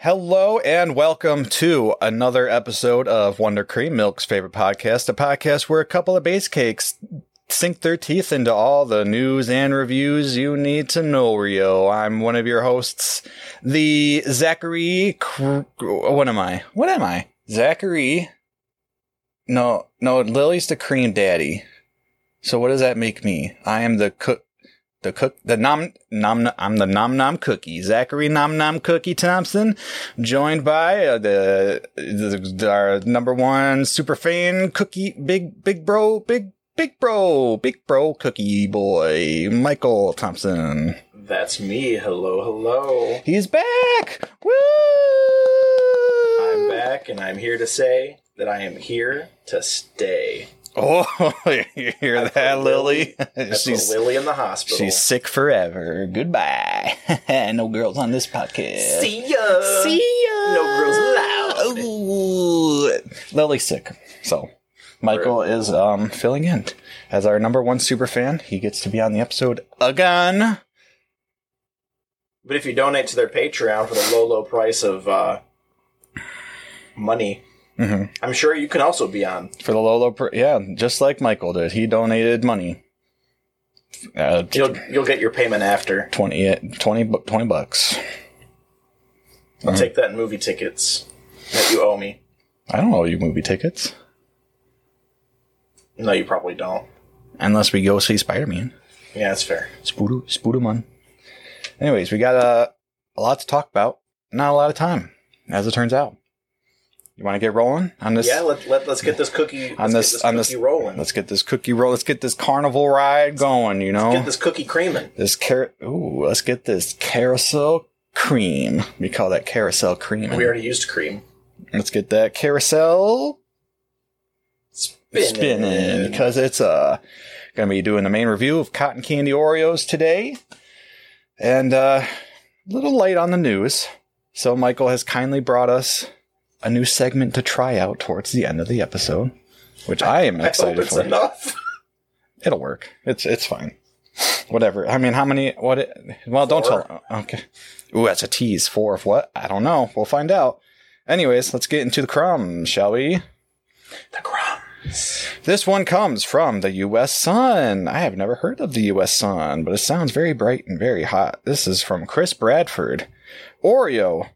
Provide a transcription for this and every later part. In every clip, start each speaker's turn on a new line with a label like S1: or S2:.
S1: Hello and welcome to another episode of Wonder Cream Milk's favorite podcast, a podcast where a couple of base cakes sink their teeth into all the news and reviews you need to know, Rio. I'm one of your hosts, the Zachary. Cr- what am I? What am I? Zachary. No, no, Lily's the cream daddy. So what does that make me? I am the cook, the cook, the nom, nom, I'm the nom nom cookie, Zachary nom nom cookie Thompson, joined by uh, the, the, our number one super fan cookie, big, big bro, big, big bro, big bro cookie boy, Michael Thompson.
S2: That's me. Hello, hello.
S1: He's back! Woo!
S2: I'm back, and I'm here to say that I am here to stay.
S1: Oh, you hear
S2: I put
S1: that, Lily?
S2: I put Lily in the hospital.
S1: She's sick forever. Goodbye. no girls on this podcast.
S2: ya.
S1: See ya.
S2: No girls allowed.
S1: Ooh. Lily's sick, so Michael is um filling in as our number one super fan. He gets to be on the episode again.
S2: But if you donate to their Patreon for the low, low price of uh, money,
S1: hmm
S2: I'm sure you can also be on.
S1: For the Lolo, pr- yeah, just like Michael did, he donated money. Uh,
S2: You'll you'll get your payment after.
S1: 20, 20, bu- 20 bucks. Mm-hmm.
S2: I'll take that in movie tickets that you owe me.
S1: I don't owe you movie tickets
S2: No, you probably don't.
S1: unless we go see Spider Man.
S2: Yeah, that's fair.
S1: Spoodoo, Spoodoomon. Anyways, we got uh, a lot to talk about. Not a lot of time, as it turns out. You want to get rolling on this?
S2: Yeah, let, let let's get this cookie. Let's
S1: on this,
S2: get this
S1: on
S2: cookie
S1: this,
S2: rolling.
S1: Let's get this cookie roll. Let's get this carnival ride going. You know,
S2: get this cookie creaming.
S1: this car. Ooh, let's get this carousel cream. We call that carousel cream.
S2: We already used cream.
S1: let's get that carousel
S2: Spinning.
S1: spinning because it's uh gonna be doing the main review of cotton candy Oreos today, and uh, a little light on the news. So Michael has kindly brought us a new segment to try out towards the end of the episode, which I am
S2: I hope
S1: excited
S2: it's
S1: for.
S2: enough.
S1: It'll work. It's it's fine. Whatever. I mean, how many? What? It, well, do don't
S2: Four.
S1: tell. Okay. Ooh, that's a tease. Four of what? I don't know. We'll find out. Anyways, let's get into the crumbs, shall we?
S2: The crumbs.
S1: This one comes from the U.S. Sun. I have never heard of the U.S. Sun, but it sounds very bright and very hot. This is from Chris Bradford. Oreo.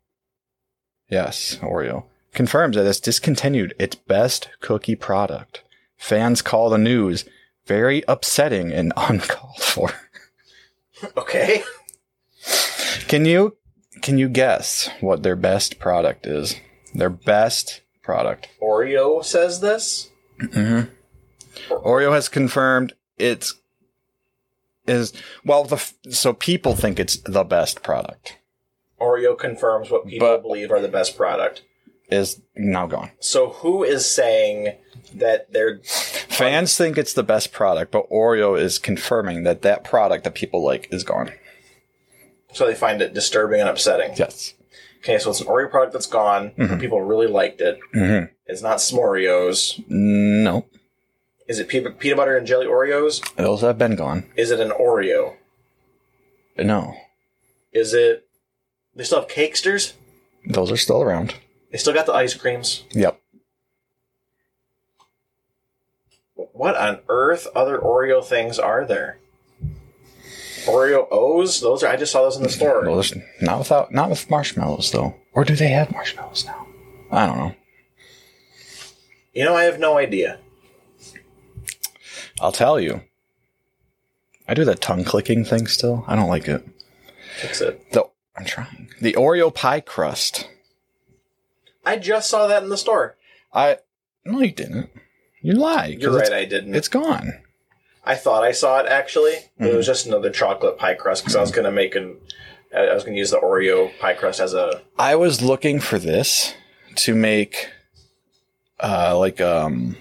S1: Yes, Oreo. Confirms that it's discontinued its best cookie product. Fans call the news very upsetting and uncalled for.
S2: Okay.
S1: Can you can you guess what their best product is? Their best product.
S2: Oreo says this.
S1: hmm Oreo has confirmed it's is well the f- so people think it's the best product
S2: Oreo confirms what people
S1: But-
S2: believe are the best product.
S1: is now gone.
S2: So who is saying that they're
S1: Fans think it's the best product, but Oreo is confirming that that product that people like is gone.
S2: so they find it disturbing and upsetting?
S1: Yes.
S2: Okay, so it's an Oreo product that's gone.
S1: Mm-hmm.
S2: People really liked it.
S1: Mhm.
S2: It's not S'moreos.
S1: No,
S2: Is it pe- peanut butter and jelly Oreos?
S1: those have been gone.
S2: Is it an Oreo?
S1: No,
S2: Is it? They still have cakesters.
S1: those are still around.
S2: They still got the ice creams.
S1: Yep.
S2: What on earth other Oreo things are there? Oreo O's? Those are I just saw those in the store.
S1: Those not without not with marshmallows though. Or do they have marshmallows now? I don't know.
S2: You know, I have no idea.
S1: I'll tell you. I do that tongue clicking thing still. I don't like it.
S2: Fix it.
S1: The I'm trying. The Oreo pie crust.
S2: I just saw that in the store.
S1: I no, you didn't. You lied. 'cause
S2: You're right,
S1: it's-
S2: I didn't.
S1: It's gone.
S2: I thought I saw it actually. but It was
S1: Hmm.
S2: just another chocolate pie crust because I was gonna make an. I I was gonna use the Oreo pie crust as a.
S1: I was looking for this to make, uh, like um,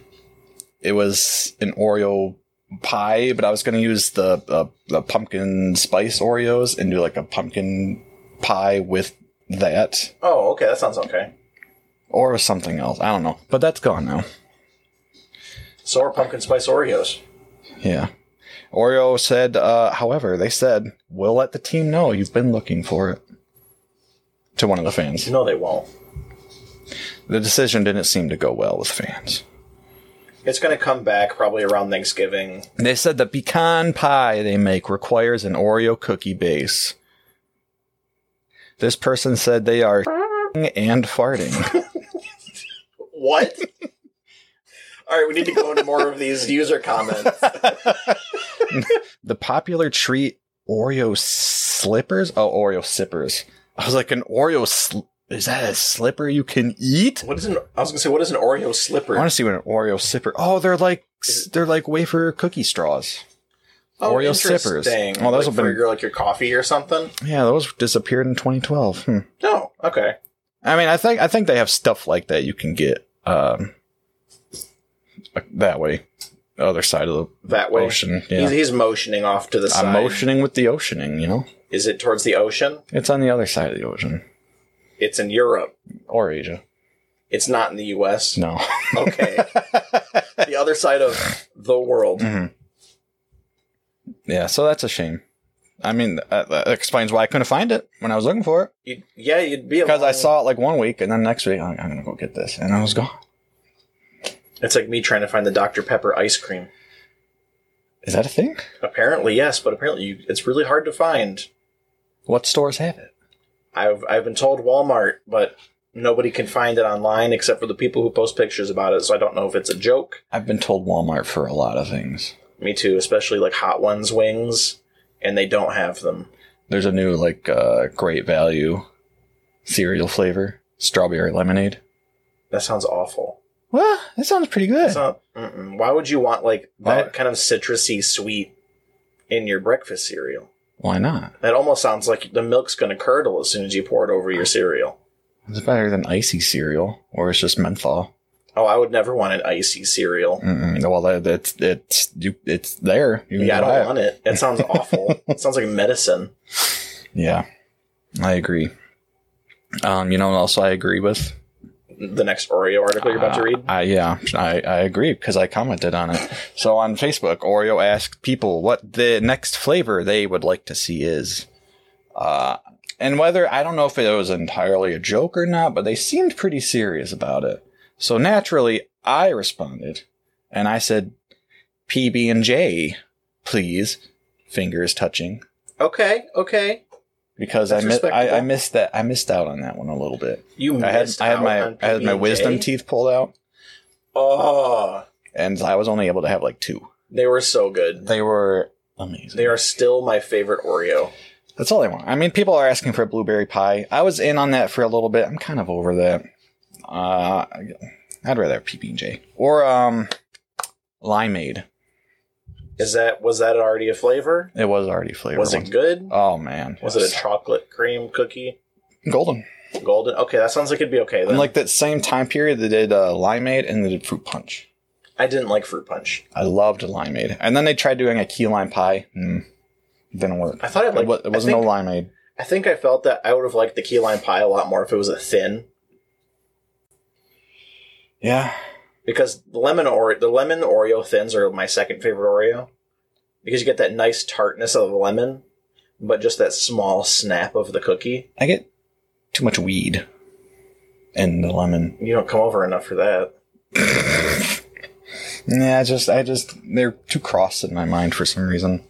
S1: it was an Oreo pie, but I was going to use the uh, the pumpkin spice Oreos and do like a pumpkin pie with that
S2: Oh, okay, that sounds okay.
S1: or something else. I don't know, but that's gone now.
S2: So are pumpkin spice Oreos.
S1: Yeah. Oreo said, uh, however, they said, we'll let the team know you've been looking for it. to one of the fans.
S2: No, they won't.
S1: The decision didn't seem to go well with fans.
S2: It's going to come back probably around Thanksgiving.
S1: They said the pecan pie they make requires an Oreo cookie base. This person said they are and farting.
S2: What? All right, we need to go into more of these user comments.
S1: the popular treat Oreo slippers? Oh, Oreo sippers. I was like, an Oreo sl- is that a slipper you can eat?
S2: What is an? I was going to say, what is an Oreo
S1: I
S2: slipper?
S1: want to see what an Oreo sipper. Oh, they're like they're like wafer cookie straws. Oreo sippers.
S2: interesting.
S1: Oh, those
S2: like
S1: have
S2: for
S1: been-
S2: your, like your coffee or something.
S1: Yeah, those disappeared in 2012. Hmm.
S2: No, okay.
S1: I mean, I think I think they have stuff like that you can get um, that way, other side of
S2: That
S1: the
S2: way,
S1: ocean.
S2: he's,
S1: Yeah,
S2: he's motioning off to the side.
S1: I'm motioning with the oceaning. You know,
S2: Is it towards the ocean?
S1: it's on the other side of the ocean
S2: It's in Europe.
S1: or Asia.
S2: It's not in the U.S.
S1: No,
S2: Okay, the other side of the world.
S1: Mhm. yeah, so that's a shame. I mean, that, that explains why I couldn't find it when I was looking for it
S2: You, yeah, you'd be a
S1: because I
S2: long-
S1: saw it like one week and then next week I'm, I'm gonna go get this and I was gone.
S2: It's like me trying to find the Dr Pepper ice cream.
S1: Is that a thing?
S2: Apparently, yes, but apparently you, it's really hard to find.
S1: What stores have it?
S2: I've I've been told Walmart, but nobody can find it online except for the people who post pictures about it. So I don't know if it's a joke.
S1: I've been told Walmart for a lot of things.
S2: Me too, especially like Hot Ones wings, and they don't have them.
S1: There's a new like uh, great value cereal flavor, strawberry lemonade.
S2: That sounds awful.
S1: Well, that sounds pretty good.
S2: That's not. Mm-mm. Why would you want like that
S1: Why-
S2: kind of citrusy sweet in your breakfast cereal?
S1: Why not?
S2: That almost sounds like the milk's going to curdle as soon as you pour it over your cereal.
S1: It's better than icy cereal, or it's just menthol.
S2: Oh, I would never want an icy cereal.
S1: Mm-mm. Well, that, that's it's you, it's there. You can
S2: Yeah, I
S1: buy
S2: don't
S1: it.
S2: want it. That sounds awful. it sounds like medicine.
S1: Yeah, I agree. Um, you know, what else I agree with.
S2: The next Oreo article you're about to
S1: Uh,
S2: read.
S1: I, yeah, I, I agree because I commented on it. So on Facebook, Oreo asked people what the next flavor they would like to see is. Uh, and whether, I don't know if it was entirely a joke or not, but they seemed pretty serious about it. So naturally, I responded and I said, PB&J, please. Fingers touching.
S2: Okay, okay.
S1: Because I,
S2: That's
S1: mi- I, I
S2: respectable.
S1: missed that. I missed out on that one a little bit.
S2: You
S1: I had,
S2: missed
S1: I had
S2: out
S1: my,
S2: on
S1: I had my
S2: PB&J?
S1: wisdom teeth pulled out
S2: Oh,
S1: and I was only able to have like two.
S2: they were so good.
S1: They were amazing.
S2: They are still my favorite Oreo.
S1: That's all they want. I mean, people are asking for a blueberry pie. I was in on that for a little bit. I'm kind of over that. Uh, I'd rather have PB and J or um, limeade.
S2: Is that was that already a flavor?
S1: It was already flavored.
S2: Was it
S1: once.
S2: good?
S1: Oh man,
S2: Was it a chocolate cream cookie?
S1: golden?
S2: Golden. Okay, that sounds like it'd be okay. Then.
S1: And like that same time period, they did uh, limeade and they did fruit punch.
S2: I didn't like fruit punch.
S1: I loved limeade, and then they tried doing a key lime pie. Mm, didn't work.
S2: I thought it
S1: It,
S2: like.
S1: wa- it
S2: I,
S1: wasn't
S2: think,
S1: no limeade.
S2: I think I felt that I would have liked the key lime pie a lot more if it was a thin,
S1: Yeah,
S2: because the lemon or the lemon Oreo thins are my second favorite Oreo, because you get that nice tartness of the lemon, but just that small snap of the cookie.
S1: I get too much weed in the lemon.
S2: You don't come over enough for that.
S1: Yeah, I just I just they're too crossed in my mind for some reason.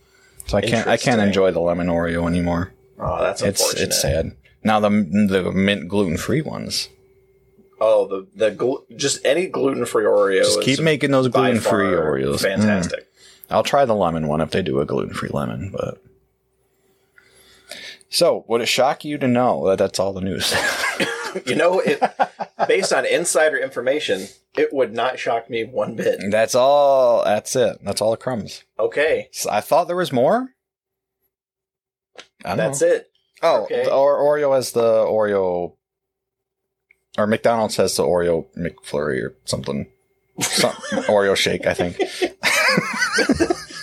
S1: So I can't I can't
S2: Interesting.
S1: enjoy the lemon Oreo anymore.
S2: Oh, that's
S1: It's
S2: unfortunate.
S1: it's sad. Now the the mint gluten free ones.
S2: Oh, the the glu- just any gluten free Oreo.
S1: Just
S2: is
S1: keep making those
S2: by
S1: gluten free
S2: far
S1: Oreos. Mm.
S2: Fantastic.
S1: I'll try the lemon one if they do a gluten free lemon, but. So, would it shock you to know that that's all the news?
S2: You know, it based on insider information, it would not shock me one bit.
S1: that's all. That's it. That's all the crumbs.
S2: Okay,
S1: So I thought there was more. I don't know.
S2: that's it.
S1: Oh,
S2: Okay.
S1: the- or Oreo has the Oreo, or McDonald's has the Oreo McFlurry or something, Some, Oreo shake. I think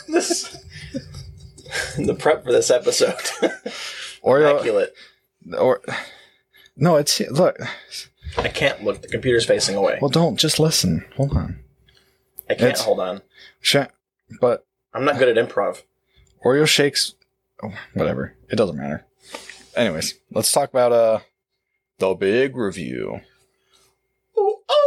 S2: This the prep for this episode.
S1: Oreo
S2: Immaculate.
S1: or no, it's look.
S2: I can't look. The computer's facing away.
S1: Well, don't just listen. Hold on,
S2: I can't
S1: it's-
S2: hold on.
S1: Sha- but
S2: I'm not good at improv.
S1: Oreo shakes, oh, whatever. It doesn't matter. Anyways, let's talk about uh The big review.
S2: Ooh, oh.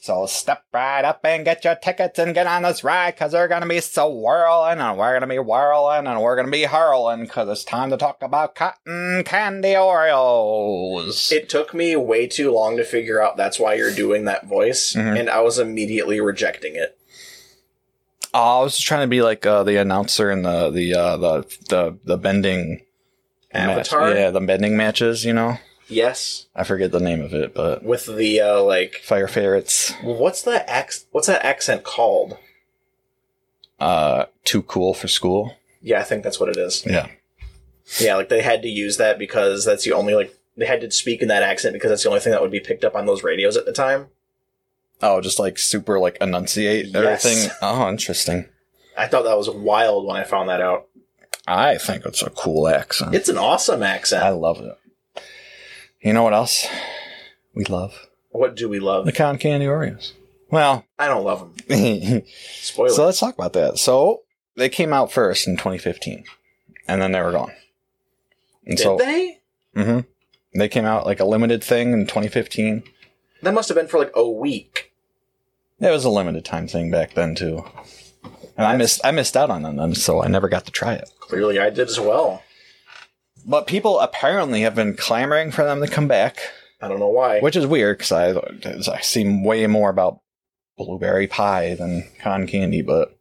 S1: So step right up and get your tickets and get on this ride because they're going to be so whirling and we're going to be whirling and we're going to be hurling because it's time to talk about cotton candy Oreos.
S2: It took me way too long to figure out that's why you're doing that voice,
S1: Mhm.
S2: and I was immediately rejecting it.
S1: oh, I was just trying to be like uh, the announcer in the the uh, the, the the bending match-
S2: Avatar,
S1: Yeah, the bending matches. You know,
S2: yes,
S1: I forget the name of it, but
S2: with the uh, like,
S1: fire ferrets.
S2: well, what's that ac- What's that accent called?
S1: Uh, too cool for school.
S2: Yeah, I think that's what it is.
S1: Yeah.
S2: Yeah, like they had to use that because that's the only like they had to speak in that accent because that's the only thing that would be picked up on those radios at the time.
S1: Oh, just like super like enunciate
S2: Yes.
S1: everything. Oh, interesting.
S2: I thought that was wild when I found that out.
S1: I think it's a cool accent.
S2: It's an awesome accent.
S1: I love it. You know what else we love?
S2: what do we love?
S1: The cotton candy Oreos. Well,
S2: I don't love
S1: so
S2: them. Spoiler.
S1: let's talk about that. So they came out first in 2015, and then they were gone. And
S2: Did
S1: so
S2: they?
S1: hmm they came out like a limited thing in 2015.
S2: That must have been for like a week.
S1: It was a limited time thing back then too. And I missed I missed out on them, so I never got to try it.
S2: Clearly, I did as well.
S1: But people apparently have been clamoring for them to come back.
S2: I don't know why.
S1: which is weird because I I seem way more about blueberry pie than con candy, but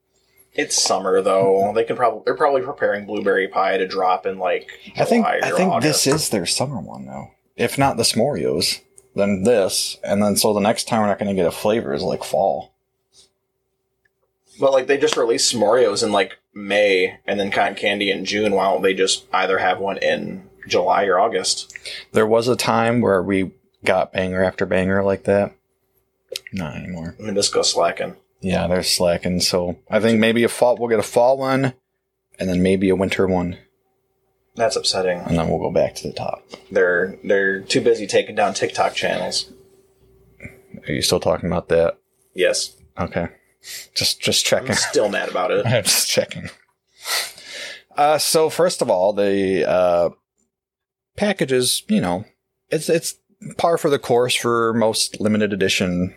S2: It's summer though.
S1: Mm-hmm.
S2: They can probably they're probably preparing blueberry pie to drop in like July
S1: I think
S2: or
S1: I think
S2: August.
S1: this is their summer one though. If not the S'moreos, then this, and then so the next time we're not going to get a flavor is like fall.
S2: But like they just released Smorios in like May and then cotton candy in June. While they just either have one in July or August.
S1: There was a time where we got banger after banger like that. Not anymore.
S2: Nabisco slacking.
S1: Yeah, they're slacking. So I think maybe a fall we'll get a fall one, and then maybe a winter one,
S2: That's upsetting.
S1: and then we'll go back to the top.
S2: They're they're too busy taking down TikTok channels.
S1: Are you still talking about that?
S2: Yes,
S1: Okay, just just
S2: I'm
S1: checking.
S2: still mad about it.
S1: I'm just checking. Uh, so first of all, the uh, packages, you know, it's it's par for the course for most limited edition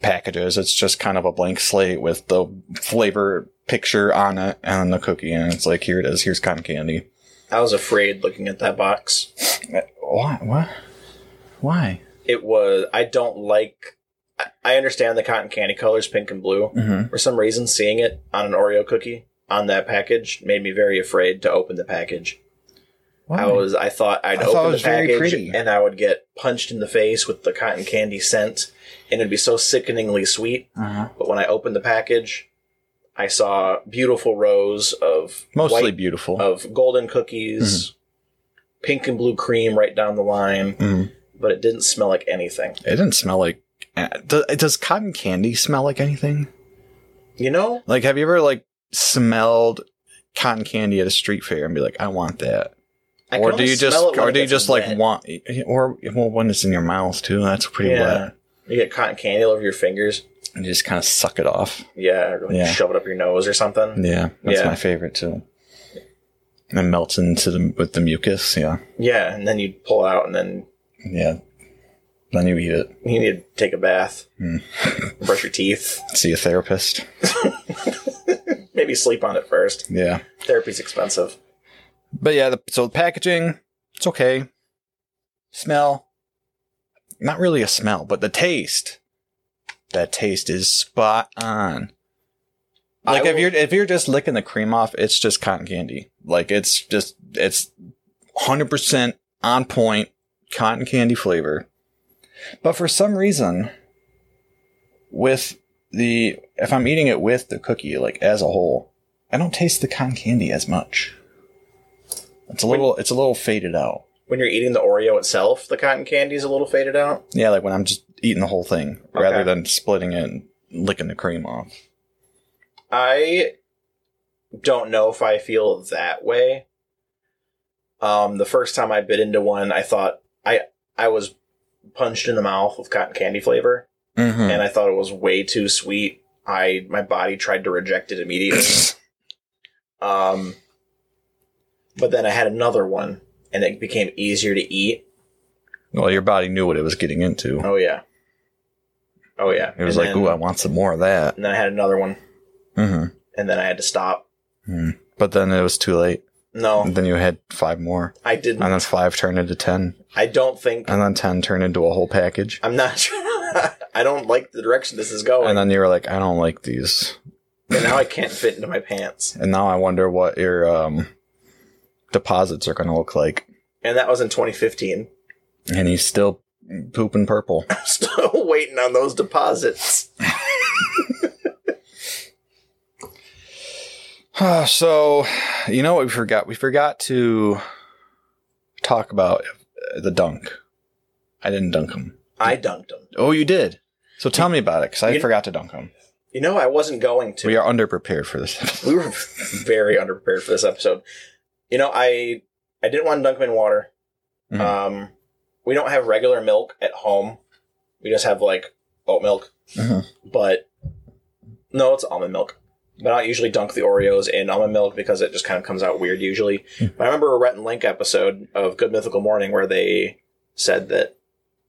S1: packages. It's just kind of a blank slate with the flavor picture on it and the cookie, and it's like here it is. Here's cotton candy.
S2: I was afraid looking at that box.
S1: Uh, Why? What? Why?
S2: It was I don't like. I- I understand the cotton candy colors, pink and blue.
S1: Mm-hmm.
S2: For some reason, seeing it on an Oreo cookie on that package made me very afraid to open the package.
S1: Why?
S2: I was I thought I'd
S1: I thought
S2: open
S1: it
S2: the
S1: was very
S2: package
S1: pretty.
S2: and I would get punched in the face with the cotton candy scent and it'd be so sickeningly sweet.
S1: uh-huh.
S2: But when I opened the package, I saw beautiful rows of
S1: Mostly Mm-hmm.
S2: white- Oh.
S1: beautiful.
S2: of golden cookies, pink and blue cream right down the line,
S1: Mhm.
S2: but it didn't smell like anything.
S1: It didn't smell like. uh, Does, does cotton candy smell like anything?
S2: You know?
S1: Like, have you ever like smelled cotton candy at a street fair and be like, "I want that,"
S2: I can
S1: or do
S2: only
S1: you just,
S2: smell it when
S1: or
S2: it
S1: do you
S2: gets
S1: just
S2: wet.
S1: like want, or well, when it's in your mouth too, that's pretty
S2: Yeah.
S1: wet.
S2: you get cotton candy all over your fingers?
S1: And you just kind of suck it off.
S2: Yeah, or like
S1: Yeah. Mm.
S2: shove it up your nose or something.
S1: Yeah, that's
S2: Yeah.
S1: my favorite too. And it melts into the with the mucus. Yeah,
S2: Yeah, and then you pull out, and then
S1: yeah. Then you eat it.
S2: you need to take a bath,
S1: Hmm.
S2: brush your teeth,
S1: See a therapist.
S2: maybe sleep on it first.
S1: Yeah.
S2: Therapy's expensive.
S1: But yeah, the, so the packaging, it's okay. Smell, not really a smell, but the taste. That taste is spot on.
S2: I
S1: Like if
S2: will-
S1: you're if you're just licking the cream off, it's just cotton candy. Like it's just it's hundred percent on point cotton candy flavor. But for some reason, with the if I'm eating it with the cookie, like as a whole, I don't taste the cotton candy as much. It's a little it's a little faded out.
S2: When you're eating the Oreo itself, the cotton candy's a little faded out.
S1: Yeah, like when I'm just eating the whole thing rather
S2: Okay.
S1: than splitting it and licking the cream off.
S2: I don't know if I feel that way. Um, the first time I bit into one, I thought I I was punched in the mouth with cotton candy flavor,
S1: Mm-hmm.
S2: and I thought it was way too sweet. I my body tried to reject it immediately. Um, but then I had another one, and it became easier to eat.
S1: Well, your body knew what it was getting into.
S2: Oh yeah. Oh yeah.
S1: It was
S2: And
S1: like,
S2: then,
S1: ooh, I want some more of that.
S2: and then I had another one,
S1: hmm
S2: and then I had to stop.
S1: But then it was too late.
S2: No,
S1: And then you had five more.
S2: I didn't.
S1: And then five turned into 10.
S2: I don't think
S1: And then 10 turned into a whole package.
S2: I'm not. sure. I don't like the direction this is going,
S1: And
S2: and,
S1: then you were like, I don't like these.
S2: now I can't fit into my pants.
S1: And now I wonder what your um, deposits are going to look like.
S2: And that was in 2015.
S1: And he's still pooping purple.
S2: I'm still waiting on those deposits.
S1: so, you know what we forgot? We forgot to talk about uh, the dunk. I didn't dunk him.
S2: I dunked them.
S1: Oh, you did? So tell me about it because I
S2: You-
S1: forgot to dunk him.
S2: You know, I wasn't going to.
S1: We are underprepared for this.
S2: we were very underprepared for this episode. You know, I I didn't want to dunk 'em in water.
S1: Mhm.
S2: Um, we don't have regular milk at home. We just have like oat milk,
S1: Mhm.
S2: but no, it's almond milk. But I don't usually dunk the Oreos in almond milk because it just kind of comes out weird usually. But I remember a Rhett and Link episode of Good Mythical Morning where they said that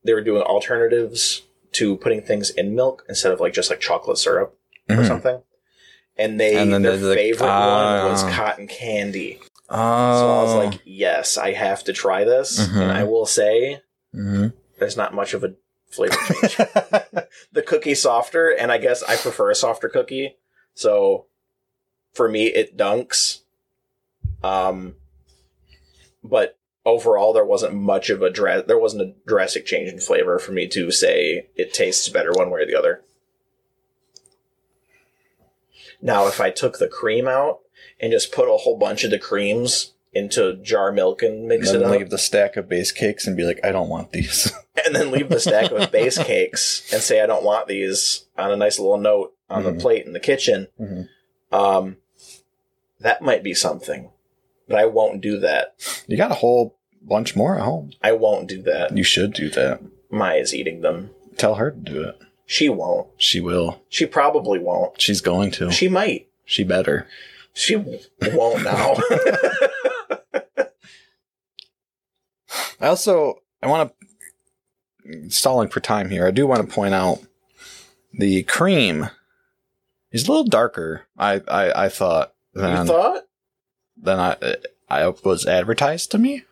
S2: they were doing alternatives to putting things in milk instead of like just like chocolate syrup or
S1: Mhm.
S2: something. And they
S1: And then
S2: their
S1: they're like,
S2: favorite one was
S1: "Ah."
S2: cotton candy.
S1: Oh.
S2: So I was like, yes, I have to try this.
S1: Mhm.
S2: And I will say
S1: Mhm.
S2: there's not much of a flavor change. the cookie's softer, and I guess I prefer a softer cookie. So for me it dunks. Um but overall there wasn't much of a dra- there wasn't a drastic change in flavor for me to say it tastes better one way or the other. Now, if I took the cream out and just put a whole bunch of the creams into jar milk and mix
S1: And
S2: it
S1: then
S2: up,
S1: leave the stack of base cakes and be like, I don't want these.
S2: and then leave the stack with base cakes and say I don't want these on a nice little note on
S1: Mhm.
S2: the plate in the kitchen,
S1: Mhm.
S2: um, that might be something. But I won't do that.
S1: You got a whole bunch more at home.
S2: I won't do that.
S1: You should do that.
S2: Maya's eating them.
S1: Tell her to do it.
S2: She won't.
S1: She will.
S2: She probably won't.
S1: She's going to. She,
S2: She might.
S1: better.
S2: She won't now.
S1: I also I want to stalling for time here. I do want to point out the cream is a little darker. I I, I thought
S2: you
S1: than
S2: thought?
S1: than I I was advertised to me.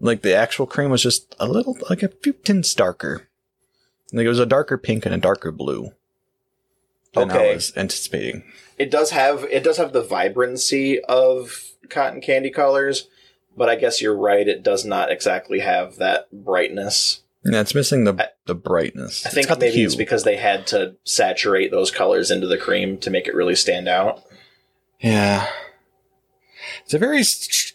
S1: Like the actual cream was just a little like a few tints darker. Like it was a darker pink and a darker blue than I
S2: Okay.
S1: was anticipating.
S2: It does have it does have the vibrancy of cotton candy colors, but I guess you're right, it does not exactly have that brightness.
S1: Yeah, it's missing the
S2: I-
S1: the brightness.
S2: I think
S1: it's got the
S2: maybe
S1: hue.
S2: it's because they had to saturate those colors into the cream to make it really stand out.
S1: yeah, it's a very. s-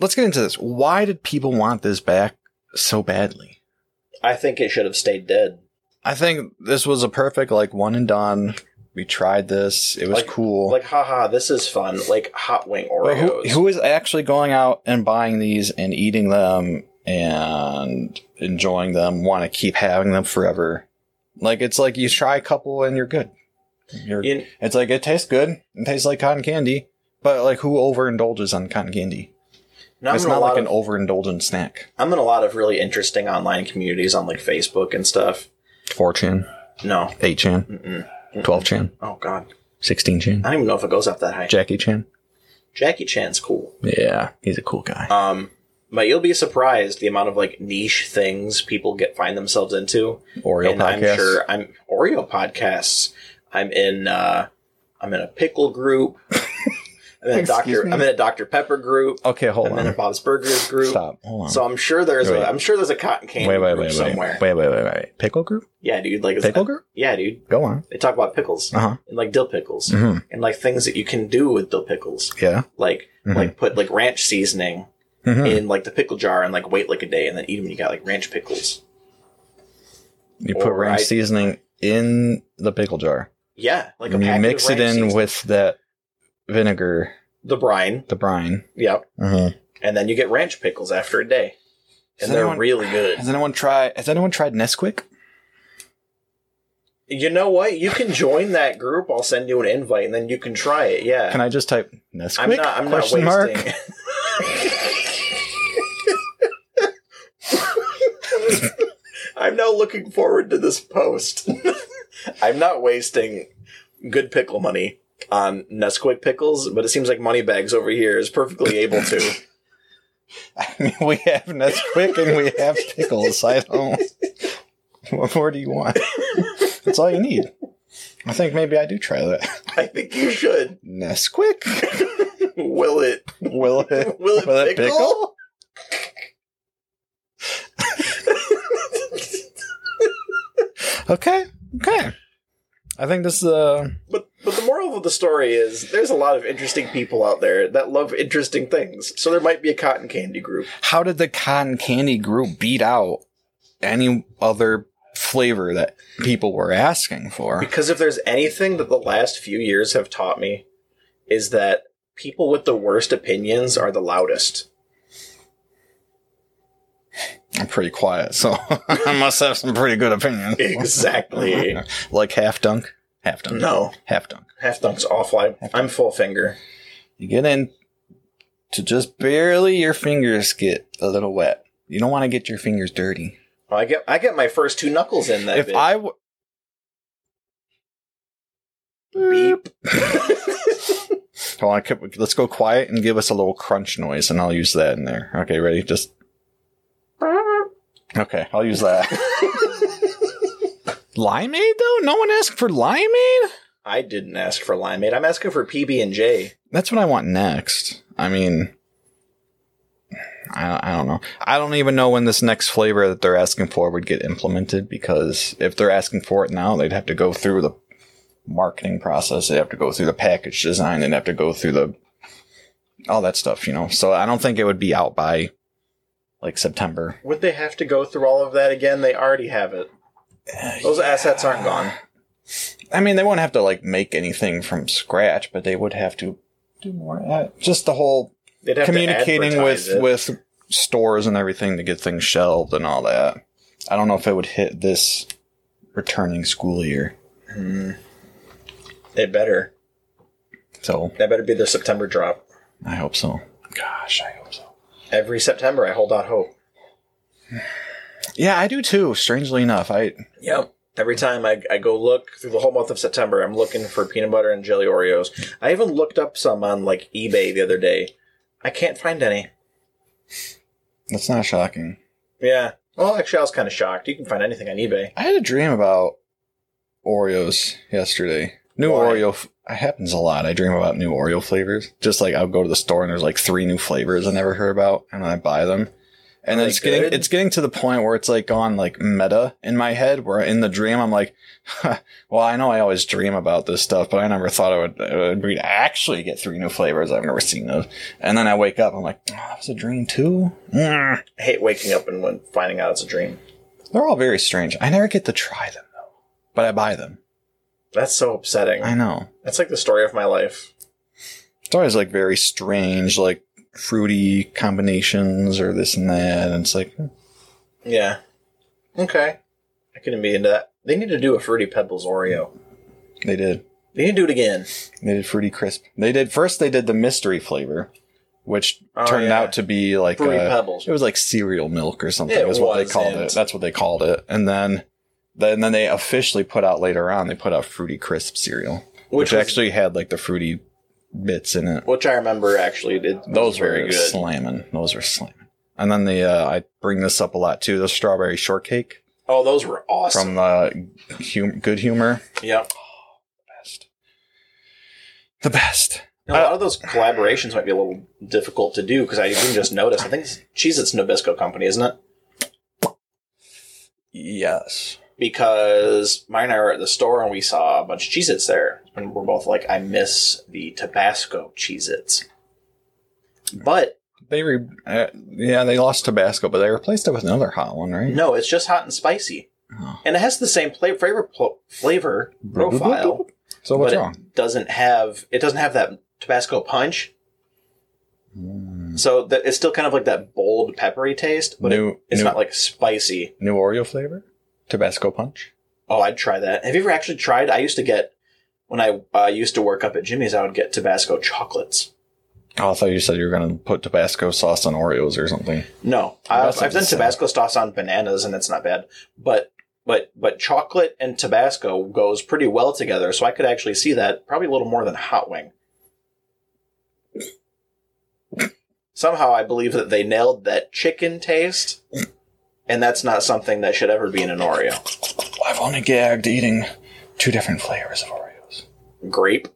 S1: Let's get into this. Why did people want this back so badly?
S2: I think it should have stayed dead.
S1: I think this was a perfect like one and done. We tried this. It was
S2: Like-
S1: cool.
S2: Like, haha, this is fun. Like hot wing
S1: But
S2: Oreos.
S1: who, who is actually going out and buying these and eating them and enjoying them, want to keep having them forever? Like, it's like you try a couple and you're good. You're,
S2: You-
S1: it's like it tastes good. It tastes like cotton candy. But, like, who overindulges on cotton candy?
S2: now, I'm,
S1: it's
S2: in a
S1: not
S2: lot
S1: like
S2: of,
S1: an overindulgent snack.
S2: I'm in a lot of really interesting online communities on like Facebook and stuff.
S1: 4chan,
S2: No.
S1: 8chan,
S2: Mm-mm.
S1: 12chan,
S2: Oh, God.
S1: 16chan,
S2: I don't even know if it goes up that high.
S1: Jackie Chan.
S2: Jackie Chan's cool.
S1: Yeah, he's a cool guy.
S2: Um, but you'll be surprised the amount of like niche things people get find themselves into.
S1: Oreo
S2: and
S1: podcast.
S2: I'm sure I'm Oreo podcasts. I'm in uh I'm in a pickle group. I'm in a
S1: Excuse
S2: Doctor
S1: me?
S2: I'm in a Dr. Pepper group.
S1: Okay, hold
S2: I'm in a
S1: on.
S2: Bob's Burgers group.
S1: Stop. Hold on.
S2: So I'm sure there's
S1: Wait.
S2: a I'm sure there's a cotton candy
S1: wait, wait,
S2: group
S1: wait, wait,
S2: somewhere.
S1: wait, wait, wait, wait. Pickle group?
S2: Yeah, dude. Like it's-
S1: Pickle group?
S2: Yeah, dude.
S1: Go on.
S2: They talk about pickles
S1: Uh huh.
S2: and like dill pickles
S1: Mm-hmm.
S2: and like things that you can do with dill pickles.
S1: Yeah.
S2: Like
S1: Mhm.
S2: like put like ranch seasoning
S1: Mm-hmm.
S2: in like the pickle jar and like wait like a day and then eat them. And you got like ranch pickles.
S1: You put
S2: Or
S1: ranch
S2: I-
S1: seasoning in the pickle jar.
S2: Yeah, like a
S1: and you
S2: packet
S1: mix
S2: of
S1: it
S2: ranch
S1: in
S2: seasoning.
S1: with that vinegar,
S2: the brine.
S1: the brine.
S2: Yep.
S1: Mm-hmm.
S2: and then you get ranch pickles after a day,
S1: Has
S2: and they're
S1: anyone-
S2: really good.
S1: Has anyone tried? Has anyone tried Nesquik?
S2: You know what? You can join that group. I'll send you an invite, and then you can try it. Yeah,
S1: Can I just type Nesquik?
S2: I'm not. I'm not
S1: question
S2: wasting.
S1: mark.
S2: now looking forward to this post. I'm not wasting good pickle money on Nesquik pickles, but it seems like Moneybags over here is perfectly able to.
S1: I mean, we have Nesquik and we have pickles. I don't. What more do you want? That's all you need. I think maybe I do try that.
S2: I think you should.
S1: Nesquik?
S2: Will it?
S1: Will it?
S2: Will it, pickle?
S1: Okay. Okay. I think this is uh
S2: But but the moral of the story is there's a lot of interesting people out there that love interesting things. So there might be a cotton candy group.
S1: how did the cotton candy group beat out any other flavor that people were asking for?
S2: Because if there's anything that the last few years have taught me, is that people with the worst opinions are the loudest.
S1: I'm pretty quiet, so I must have some pretty good opinions.
S2: Exactly.
S1: like half dunk, half dunk,
S2: no.
S1: half dunk.
S2: Half dunk's awful. I, I'm full finger.
S1: You get in to just barely your fingers get a little wet. You don't want to get your fingers dirty.
S2: I get I get my first two knuckles in that
S1: if
S2: bit.
S1: I w-
S2: beep.
S1: Hold on, keep- let's go quiet and give us a little crunch noise, and I'll use that in there. Okay, ready? Just okay. I'll use that. limeade, though. No one asked for limeade.
S2: I didn't ask for limeade. I'm asking for PB and J.
S1: That's what I want next. I mean, I, I don't know. I don't even know when this next flavor that they're asking for would get implemented because if they're asking for it now, they'd have to go through the marketing process. They'd have to go through the package design. They'd have to go through the all that stuff, you know. So I don't think it would be out by like September.
S2: Would they have to go through all of that again? They already have it.
S1: Uh,
S2: Those assets aren't gone.
S1: I mean, they won't have to like make anything from scratch, but they would have to do more. Uh, just the whole
S2: They'd have
S1: communicating
S2: to
S1: with
S2: advertise it.
S1: with stores and everything to get things shelved and all that. I don't know if it would hit this returning school year.
S2: They better.
S1: So
S2: That better be their September drop.
S1: I hope so. Gosh, I hope so.
S2: Every September, I hold out hope.
S1: Yeah, I do too. Strangely enough, I
S2: Yep. Every time I, I go look through the whole month of September, I'm looking for peanut butter and jelly Oreos. I even looked up some on like eBay the other day. I can't find any.
S1: that's not shocking.
S2: Yeah. Well, actually, I was kind of shocked. You can find anything on eBay.
S1: I had a dream about Oreos yesterday. New
S2: Why?
S1: Oreo f- it happens a lot. I dream about new Oreo flavors. Just like I'll go to the store and there's like three new flavors I never heard about, and I buy them. And
S2: Are
S1: then
S2: they
S1: it's getting
S2: good?
S1: it's getting to the point where it's like gone like meta in my head. Where in the dream I'm like, well, I know I always dream about this stuff, but I never thought I would, I would we'd actually get three new flavors. I've never seen those. And then I wake up, I'm like, oh, that was a dream too. Mm.
S2: I hate waking up and when finding out it's a dream.
S1: They're all very strange. I never get to try them though, but I buy them.
S2: That's so upsetting.
S1: I know.
S2: That's like the story of my life.
S1: it's always like very strange, like fruity combinations or this and that. And it's like, hmm.
S2: Yeah. Okay. I couldn't be into that. They need to do a Fruity Pebbles Oreo.
S1: they did.
S2: They need to do it again.
S1: They did fruity crisp. They did first. They did the mystery flavor, which
S2: Oh,
S1: turned
S2: yeah.
S1: out to be like
S2: Fruity
S1: uh,
S2: Pebbles.
S1: it was like cereal milk or something.
S2: It
S1: is what they
S2: was,
S1: called
S2: and-
S1: it. That's what they called it. And then, then then they officially put out later on. They put out fruity crisp cereal, which,
S2: Which, was-
S1: actually had like the fruity bits in it.
S2: which I remember actually. It,
S1: Those
S2: was very
S1: were
S2: good.
S1: slamming. Those were slamming. And then the uh, I bring this up a lot too. The strawberry shortcake.
S2: oh, those were awesome.
S1: from the hum- good humor.
S2: yep.
S1: Best. The best.
S2: Now, a lot of those collaborations might be a little difficult to do because I didn't just notice. I think it's Cheez It's Nabisco Company, isn't it?
S1: Yes.
S2: Because mine and I were at the store and we saw a bunch of Cheez Its there. And we're both like, I miss the Tabasco Cheez Its. But
S1: They re- uh, yeah, they lost Tabasco, but they replaced it with another hot one, right?
S2: no, it's just hot and spicy.
S1: Oh.
S2: And it has the same pla- flavor, pl- flavor profile.
S1: So what's
S2: but
S1: wrong?
S2: It doesn't have it doesn't have that Tabasco punch.
S1: Mm.
S2: So that it's still kind of like that bold peppery taste, but it-
S1: new
S2: it's
S1: new,
S2: not like spicy.
S1: new Oreo flavor? Tabasco punch?
S2: Oh, I'd try that. Have you ever actually tried? I used to get when I uh, used to work up at Jimmy's. I would get Tabasco chocolates.
S1: Oh, I thought you said you were going to put Tabasco sauce on Oreos or something.
S2: No,
S1: Well,
S2: I've,
S1: that's
S2: I've done
S1: interesting.
S2: Tabasco sauce on bananas, and it's not bad. But But but chocolate and Tabasco goes pretty well together, so I could actually see that probably a little more than hot wing. Somehow I believe that they nailed that chicken taste, and that's not something that should ever be in an Oreo.
S1: I've only gagged eating two different flavors of Oreos.
S2: Grape.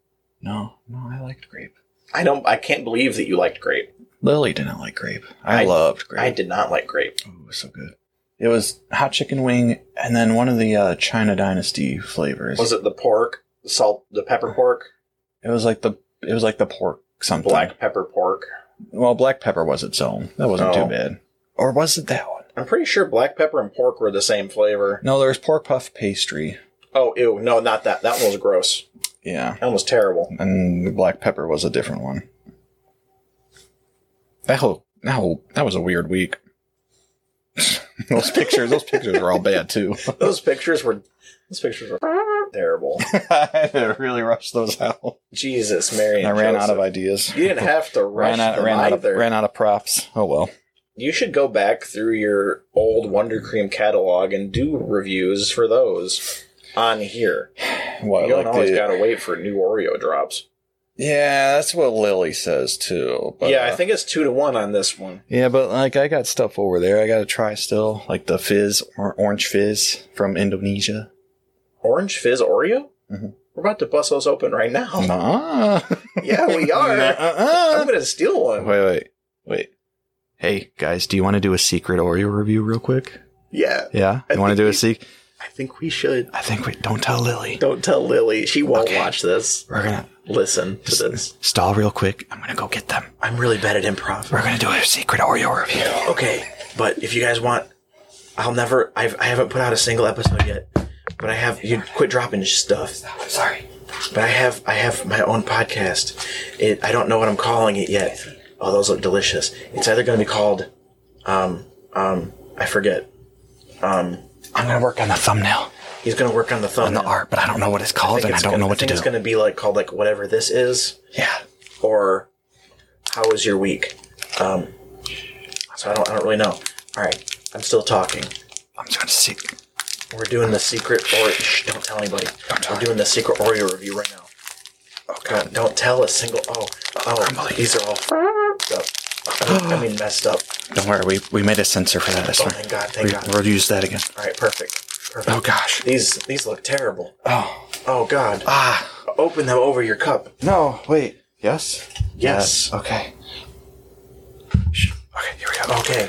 S1: No, no, I liked grape.
S2: I don't I can't believe that you liked grape.
S1: Lily did not like grape. I,
S2: I-
S1: loved grape.
S2: I did not like grape.
S1: Ooh, it was so good. It was hot chicken wing and then one of the uh, China Dynasty flavors.
S2: Was it the pork? The salt the pepper pork?
S1: It was like the it was like the pork something.
S2: Black pepper pork.
S1: Well, black pepper was its own. That wasn't
S2: Oh.
S1: too bad. Or was it that one?
S2: I'm pretty sure black pepper and pork were the same flavor.
S1: No, there was pork puff pastry.
S2: Oh, ew, no, not that. That one was gross.
S1: Yeah,
S2: That one was terrible.
S1: and the black pepper was a different one. That whole that whole that was a weird week. those pictures, those pictures were all bad too.
S2: Those pictures were those pictures were terrible.
S1: I had to really rush those out.
S2: Jesus, Mary.
S1: I
S2: and
S1: ran out of
S2: Joseph.
S1: ideas.
S2: You didn't have to rush
S1: ran out,
S2: them
S1: ran out, of,
S2: either.
S1: ran out of props. Oh well.
S2: You should go back through your old Wonder Cream catalog and do reviews for those on here.
S1: What,
S2: you don't
S1: like
S2: always
S1: the-
S2: gotta wait for new Oreo drops.
S1: yeah, that's what Lily says too. But,
S2: yeah,
S1: uh,
S2: I think it's two to one on this one.
S1: Yeah, but like I got stuff over there. I got to try still, like the fizz, or orange fizz from Indonesia.
S2: Orange Fizz Oreo?
S1: Mhm.
S2: We're about to bust those open right now.
S1: Nah.
S2: Yeah, we are. I'm
S1: Nuh-uh.
S2: gonna steal one.
S1: Wait, wait, wait. Hey guys, do you want to do a secret Oreo review real quick?
S2: Yeah,
S1: Yeah,
S2: I
S1: you want to
S2: think
S1: do
S2: we-
S1: a secret?
S2: I think we should.
S1: I think we don't tell Lily.
S2: Don't tell Lily. She won't
S1: Okay.
S2: watch this.
S1: We're gonna
S2: Listen to this.
S1: stall real quick. I'm gonna go get them.
S2: I'm really bad at improv.
S1: We're gonna do a secret Oreo review.
S2: Okay, but if you guys want, I'll never. I've, I haven't put out a single episode yet. But I have. You quit dropping stuff.
S1: I'm sorry.
S2: But I have. I have my own podcast. It. I don't know what I'm calling it yet. Oh, those look delicious. It's either going to be called, um, um, I forget.
S1: I'm gonna work on the thumbnail
S2: He's going to work on the thumbnail.
S1: and the art, but I don't know what it's
S2: I
S1: called,
S2: think
S1: and I
S2: it's
S1: don't
S2: gonna-
S1: know what to
S2: think
S1: do.
S2: It's going to be like called like whatever this is.
S1: Yeah.
S2: or how was your week? Um, so I don't, I don't really know. All right, I'm still talking.
S1: I'm trying to see.
S2: We're doing the secret or shh, don't tell anybody.
S1: tell
S2: We're doing the secret Oreo review right now.
S1: Oh god.
S2: Don't, don't tell a single. Oh, oh,
S1: crumbly.
S2: these are all f***ed up. I mean- I mean, messed up.
S1: Don't worry, we, we made a sensor for that. This
S2: Oh,
S1: one.
S2: thank God,
S1: We,
S2: thank God.
S1: we'll use that again.
S2: All right, perfect, perfect.
S1: Oh gosh.
S2: These these look terrible.
S1: Oh.
S2: Oh God,
S1: Ah.
S2: open them over your cup.
S1: No, wait. Yes?
S2: Yes.
S1: Okay. Shh. Okay, here we go.
S2: Okay.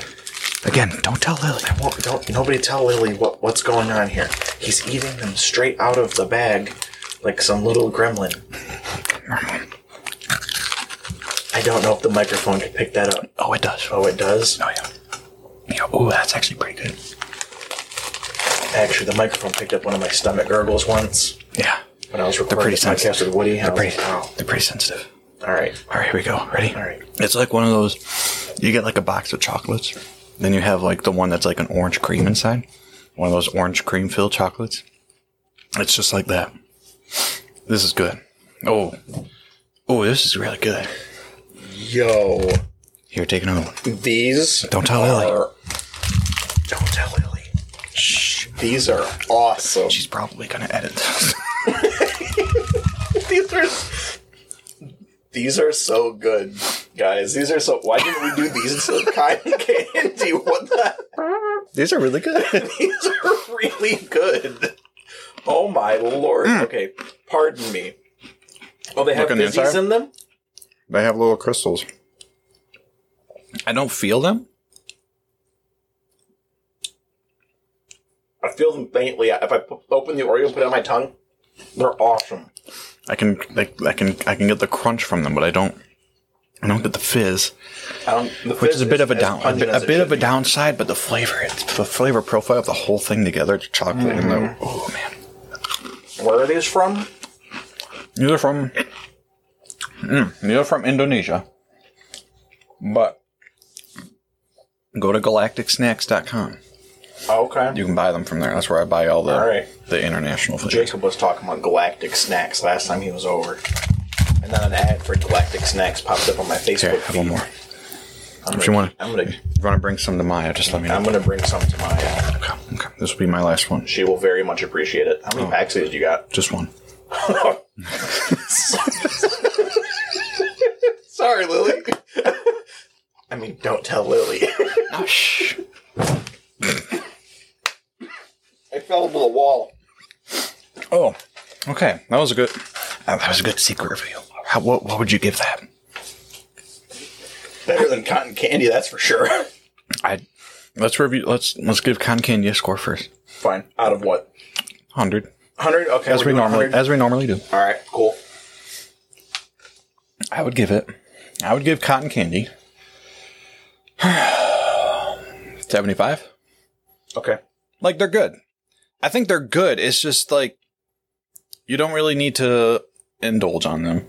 S1: Again, don't tell Lily.
S2: Well, don't nobody tell Lily what what's going on here. He's eating them straight out of the bag, like some little gremlin. I don't know if the microphone could pick that up.
S1: Oh, it does. Oh,
S2: Oh, it does.
S1: yeah. yeah. Oh, that's actually pretty good.
S2: Actually, the microphone picked up one of my stomach gurgles once
S1: Yeah.
S2: when I was recording
S1: pretty
S2: this podcast
S1: sensitive.
S2: with Woody. and I
S1: They're
S2: was
S1: pretty,
S2: like, wow.
S1: they're pretty sensitive.
S2: All right.
S1: All right, here we go. Ready?
S2: All right.
S1: It's like one of those. You get like a box of chocolates, then you have like the one that's like an orange cream inside, one of those orange cream filled chocolates. It's just like that. This is good. Oh, oh, this is really good.
S2: Yo,
S1: Here, take another one.
S2: these
S1: Don't tell Lily.
S2: are- Don't tell Lily.
S1: Shh,
S2: These are awesome.
S1: she's probably gonna edit this.
S2: These are these are so good, guys. These are so. Why didn't we do these instead of cotton candy? What the?
S1: These are really good.
S2: These are really good. Oh my lord. Okay, pardon me. Oh, they have
S1: Hmm. Look on the
S2: fizzies
S1: inside?
S2: in them.
S1: they have little crystals. I don't feel them.
S2: I feel them faintly. If I p- open the Oreo and put it on my tongue, they're awesome.
S1: I can, like, I can, I can get the crunch from them, but I don't. I don't get the fizz.
S2: I don't, the
S1: which is a bit of a down, a, bit- a bit of a downside, but the flavor, it's the flavor profile of the whole thing together, the chocolate and
S2: Mm-hmm.
S1: the oh man,
S2: Where are these from?
S1: these are from, mm, these are from Indonesia, but go to galacticsnacks.com.
S2: Okay.
S1: You can buy them from there. That's where I buy all the
S2: All right.
S1: the international flavors.
S2: Jacob was talking about Galactic Snacks last time he was over. And then an ad for Galactic Snacks popped up on my Facebook
S1: Here, have
S2: feed.
S1: one more.
S2: I'm
S1: If
S2: gonna,
S1: you want,
S2: I'm gonna,
S1: if you want to bring some to Maya, just let me
S2: I'm
S1: know.
S2: gonna bring some to my.
S1: Okay, okay. This This will be my last one.
S2: She will very much appreciate it. How many
S1: Oh.
S2: pack saves you got?
S1: Just one.
S2: Sorry, Lily. I mean, don't tell Lily. Ah, I fell into the wall.
S1: Oh, okay. That was a good. That was a good secret reveal. How, what, what would you give that?
S2: Better than cotton candy, that's for sure.
S1: I let's review. Let's let's give Con Candy a score first.
S2: Fine. Out of what?
S1: Hundred,
S2: 100? Okay.
S1: as
S2: we're
S1: we
S2: doing
S1: normally
S2: 100?
S1: as we normally do.
S2: All right, cool.
S1: I would give it. I would give Cotton Candy. Seventy-five.
S2: Okay.
S1: Like they're good. I think they're good. It's just like you don't really need to indulge on them.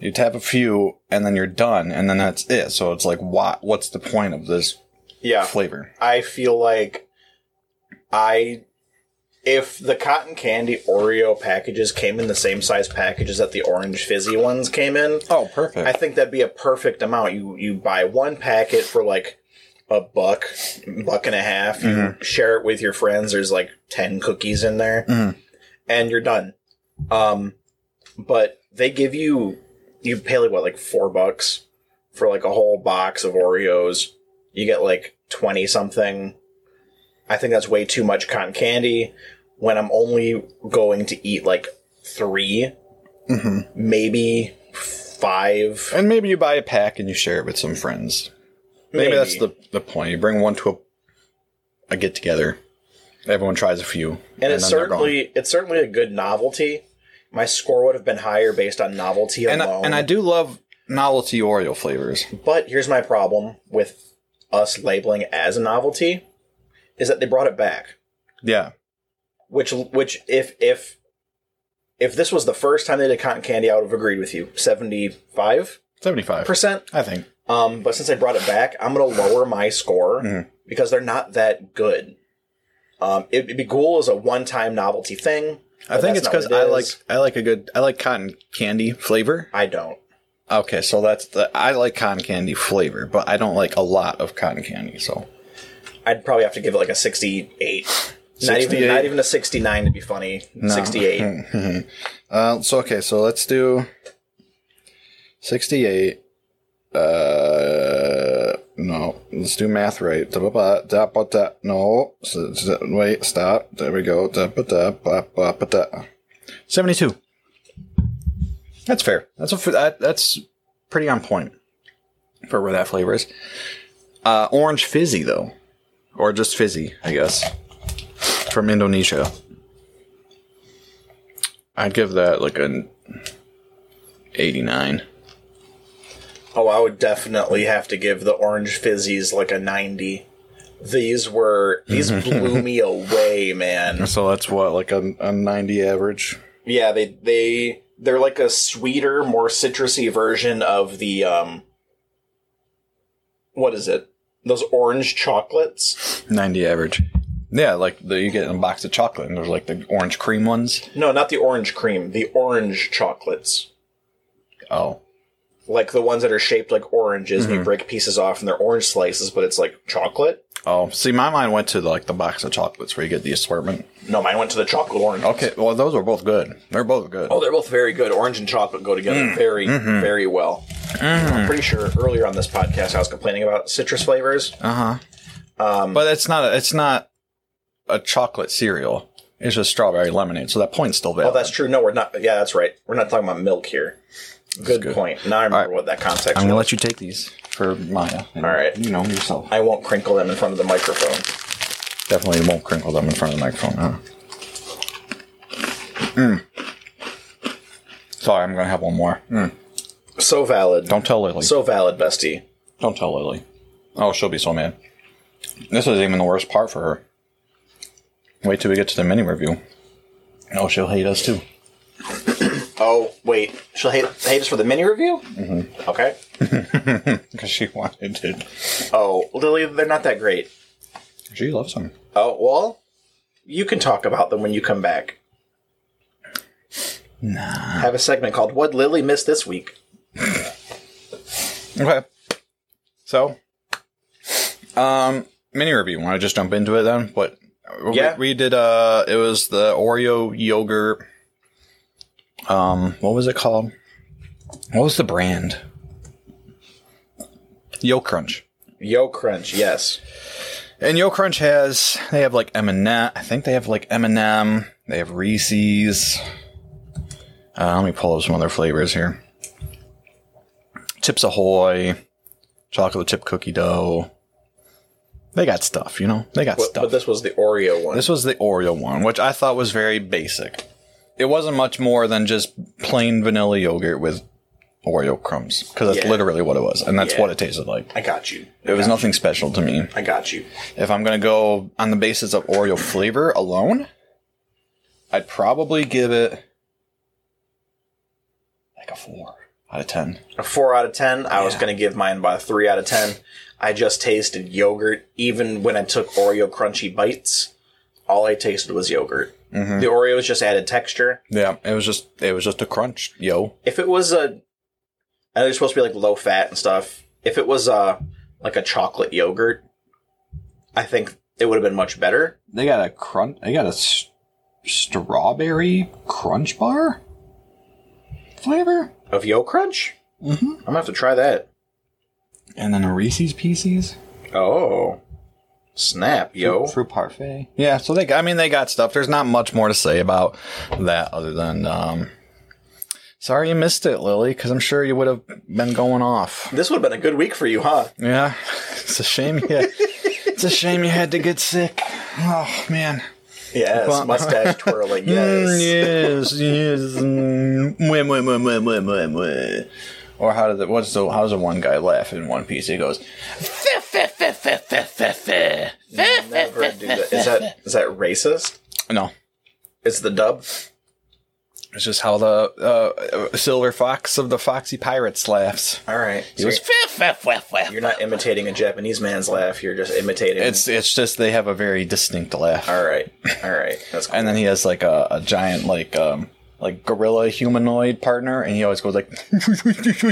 S1: You tap a few and then you're done, and then that's it. So it's like, why? What's the point of this
S2: Yeah.
S1: flavor?
S2: I feel like I if the cotton candy Oreo packages came in the same size packages that the orange fizzy ones came in,
S1: Oh, perfect.
S2: I think that'd be a perfect amount. You you buy one packet for like a buck, buck and a half. You share it with your friends. There's like ten cookies in there,
S1: Mhm.
S2: and you're done. Um, but they give you you pay like what like four bucks for like a whole box of Oreos. You get like twenty something. I think that's way too much cotton candy. When I'm only going to eat like three,
S1: hmm
S2: maybe five.
S1: And maybe you buy a pack and you share it with some friends. Maybe, that's the, the point. You bring one to a, a get together. Everyone tries a few.
S2: and, it's
S1: then they're
S2: certainly it's certainly a good novelty. My score would have been higher based on novelty
S1: gone. and I,
S2: alone.
S1: and I do love novelty Oreo flavors.
S2: but here's my problem with us labeling as a novelty is that they brought it back,
S1: Yeah.
S2: which which if if if this was the first time they did cotton candy, I would have agreed with you, seventy five
S1: 75.
S2: percent.
S1: I think.
S2: Um, but since they brought it back, I'm gonna lower my score
S1: Mhm.
S2: because they're not that good. Um, it, it'd be cool as a one time novelty thing.
S1: I
S2: but
S1: think
S2: that's
S1: it's
S2: not
S1: because
S2: what it
S1: I
S2: is.
S1: like I like a good I like cotton candy flavor.
S2: I don't.
S1: Okay, so that's the I like cotton candy flavor, but I don't like a lot of cotton candy. So
S2: I'd probably have to give it like a 68. Not even,
S1: 68?
S2: not even a 69 to be funny. 68.
S1: Uh, so okay, so let's do sixty-eight. Uh, no, let's do math right. Da, ba, ba, da, ba, da. No, so, so- wait, stop. There we go. Da, ba, da, ba, ba, ba, da. Seventy-two. That's fair. That's a f- that, that's pretty on point for where that flavor is. Uh, orange fizzy though, or just fizzy, I guess, from Indonesia. I'd give that like an 89.
S2: Oh, I would definitely have to give the orange fizzies like a 90. These were these blew me away, man.
S1: So that's what, like a, a 90 average?
S2: Yeah, they they they're like a sweeter, more citrusy version of the um what is it? Those orange chocolates?
S1: 90 average. Yeah, like the, you get in a box of chocolate and there's like the orange cream ones.
S2: No, not the orange cream, the orange chocolates.
S1: Oh.
S2: like the ones that are shaped like oranges and you break pieces off and they're orange slices but it's like chocolate
S1: Oh, see, my mind went to like the box of chocolates where you get the assortment.
S2: no mine went to the chocolate orange
S1: Okay, well, those are both good. They're both good.
S2: oh they're both very good orange and chocolate go together
S1: Mm.
S2: very
S1: Mm-hmm.
S2: very well i'm pretty sure earlier on this podcast i was complaining about citrus flavors Oh,
S1: Uh huh. but it's not a, it's not a chocolate cereal. It's just strawberry lemonade, so that point's still valid.
S2: oh that's true no we're not yeah that's right we're not talking about milk here good,
S1: good.
S2: point now i remember
S1: right.
S2: what that context
S1: I'm
S2: was
S1: gonna let you take these for Maya. and,
S2: All right.
S1: you know yourself.
S2: i won't crinkle them in front of the microphone
S1: Definitely won't crinkle them in front of the microphone. Huh? Mm. Sorry, I'm gonna have one more. Mm.
S2: so valid
S1: Don't tell Lily.
S2: so valid bestie
S1: Don't tell Lily. Oh, she'll be so mad. This is even the worst part for her. Wait till we get to the mini review. Oh, she'll hate us too.
S2: oh wait she'll hate, hate us for the mini review mm-hmm. okay
S1: Because she wanted it.
S2: oh lily they're not that great
S1: She loves them.
S2: Oh, well, you can talk about them when you come back. Nah. Have a segment called What Lily Missed This Week.
S1: Okay. So, um, mini review. Want to just jump into it then? What We-
S2: Yeah.
S1: we, did. Uh, it was the Oreo yogurt. Um, what was it called? What was the brand? Yo Crunch.
S2: Yo Crunch, yes.
S1: And Yo Crunch has they have like M and I think they have like M and M. They have Reese's. Uh, let me pull up some other flavors here. Chips Ahoy, chocolate chip cookie dough. They got stuff, you know. They got
S2: But,
S1: stuff.
S2: but this was the Oreo one.
S1: This was the Oreo one, which I thought was very basic. It wasn't much more than just plain vanilla yogurt with Oreo crumbs, because that's
S2: Yeah.
S1: literally what it was, and that's
S2: Yeah.
S1: what it tasted like.
S2: I got you.
S1: It was nothing special to me.
S2: I got you.
S1: If I'm going to go on the basis of Oreo flavor alone, I'd probably give it like a 4 out of 10.
S2: A four out of ten. I was
S1: Yeah.
S2: gonna give mine about a three out of ten. I just tasted yogurt. Even when I took Oreo crunchy bites, all I tasted was yogurt.
S1: Mm-hmm.
S2: The Oreos just added texture.
S1: Yeah, it was just it was just a crunch, yo.
S2: If it was a, I know they're supposed to be like low fat and stuff. If it was a like a chocolate yogurt, I think it would have been much better.
S1: They got a crunch. They got a s- strawberry crunch bar flavor,
S2: Of Yo Crunch, mm-hmm. I'm gonna have to try that.
S1: and then a Reese's Pieces
S2: Oh, snap, yo!
S1: fruit parfait. Yeah, so they. I mean, they got stuff. There's not much more to say about that other than. Um, Sorry you missed it, Lily, because I'm sure you would have been going off.
S2: This would have been a good week for you, huh?
S1: Yeah, it's a shame. Yeah, it's a shame you had to get sick. Oh man.
S2: Yes,
S1: But-
S2: mustache twirling. Yes.
S1: Mm, yes, yes. mm, mwah, mwah, mwah, mwah, mwah, mwah, mwah. Or how did the what's the how's the one guy laugh in One Piece? He goes, "Feh, feh, feh, feh, feh, feh, feh."
S2: Never do that. Is that is that racist?
S1: No,
S2: It's the dub.
S1: it's just how the uh, uh, silver fox of the foxy pirates laughs.
S2: All right.
S1: He goes, "Feh, feh, feh, feh."
S2: you're not imitating a Japanese man's laugh. You're just imitating.
S1: It's it's just they have a very distinct laugh,
S2: all right. All right. That's cool.
S1: and then he has like a, a giant like um like gorilla humanoid partner, and he always goes like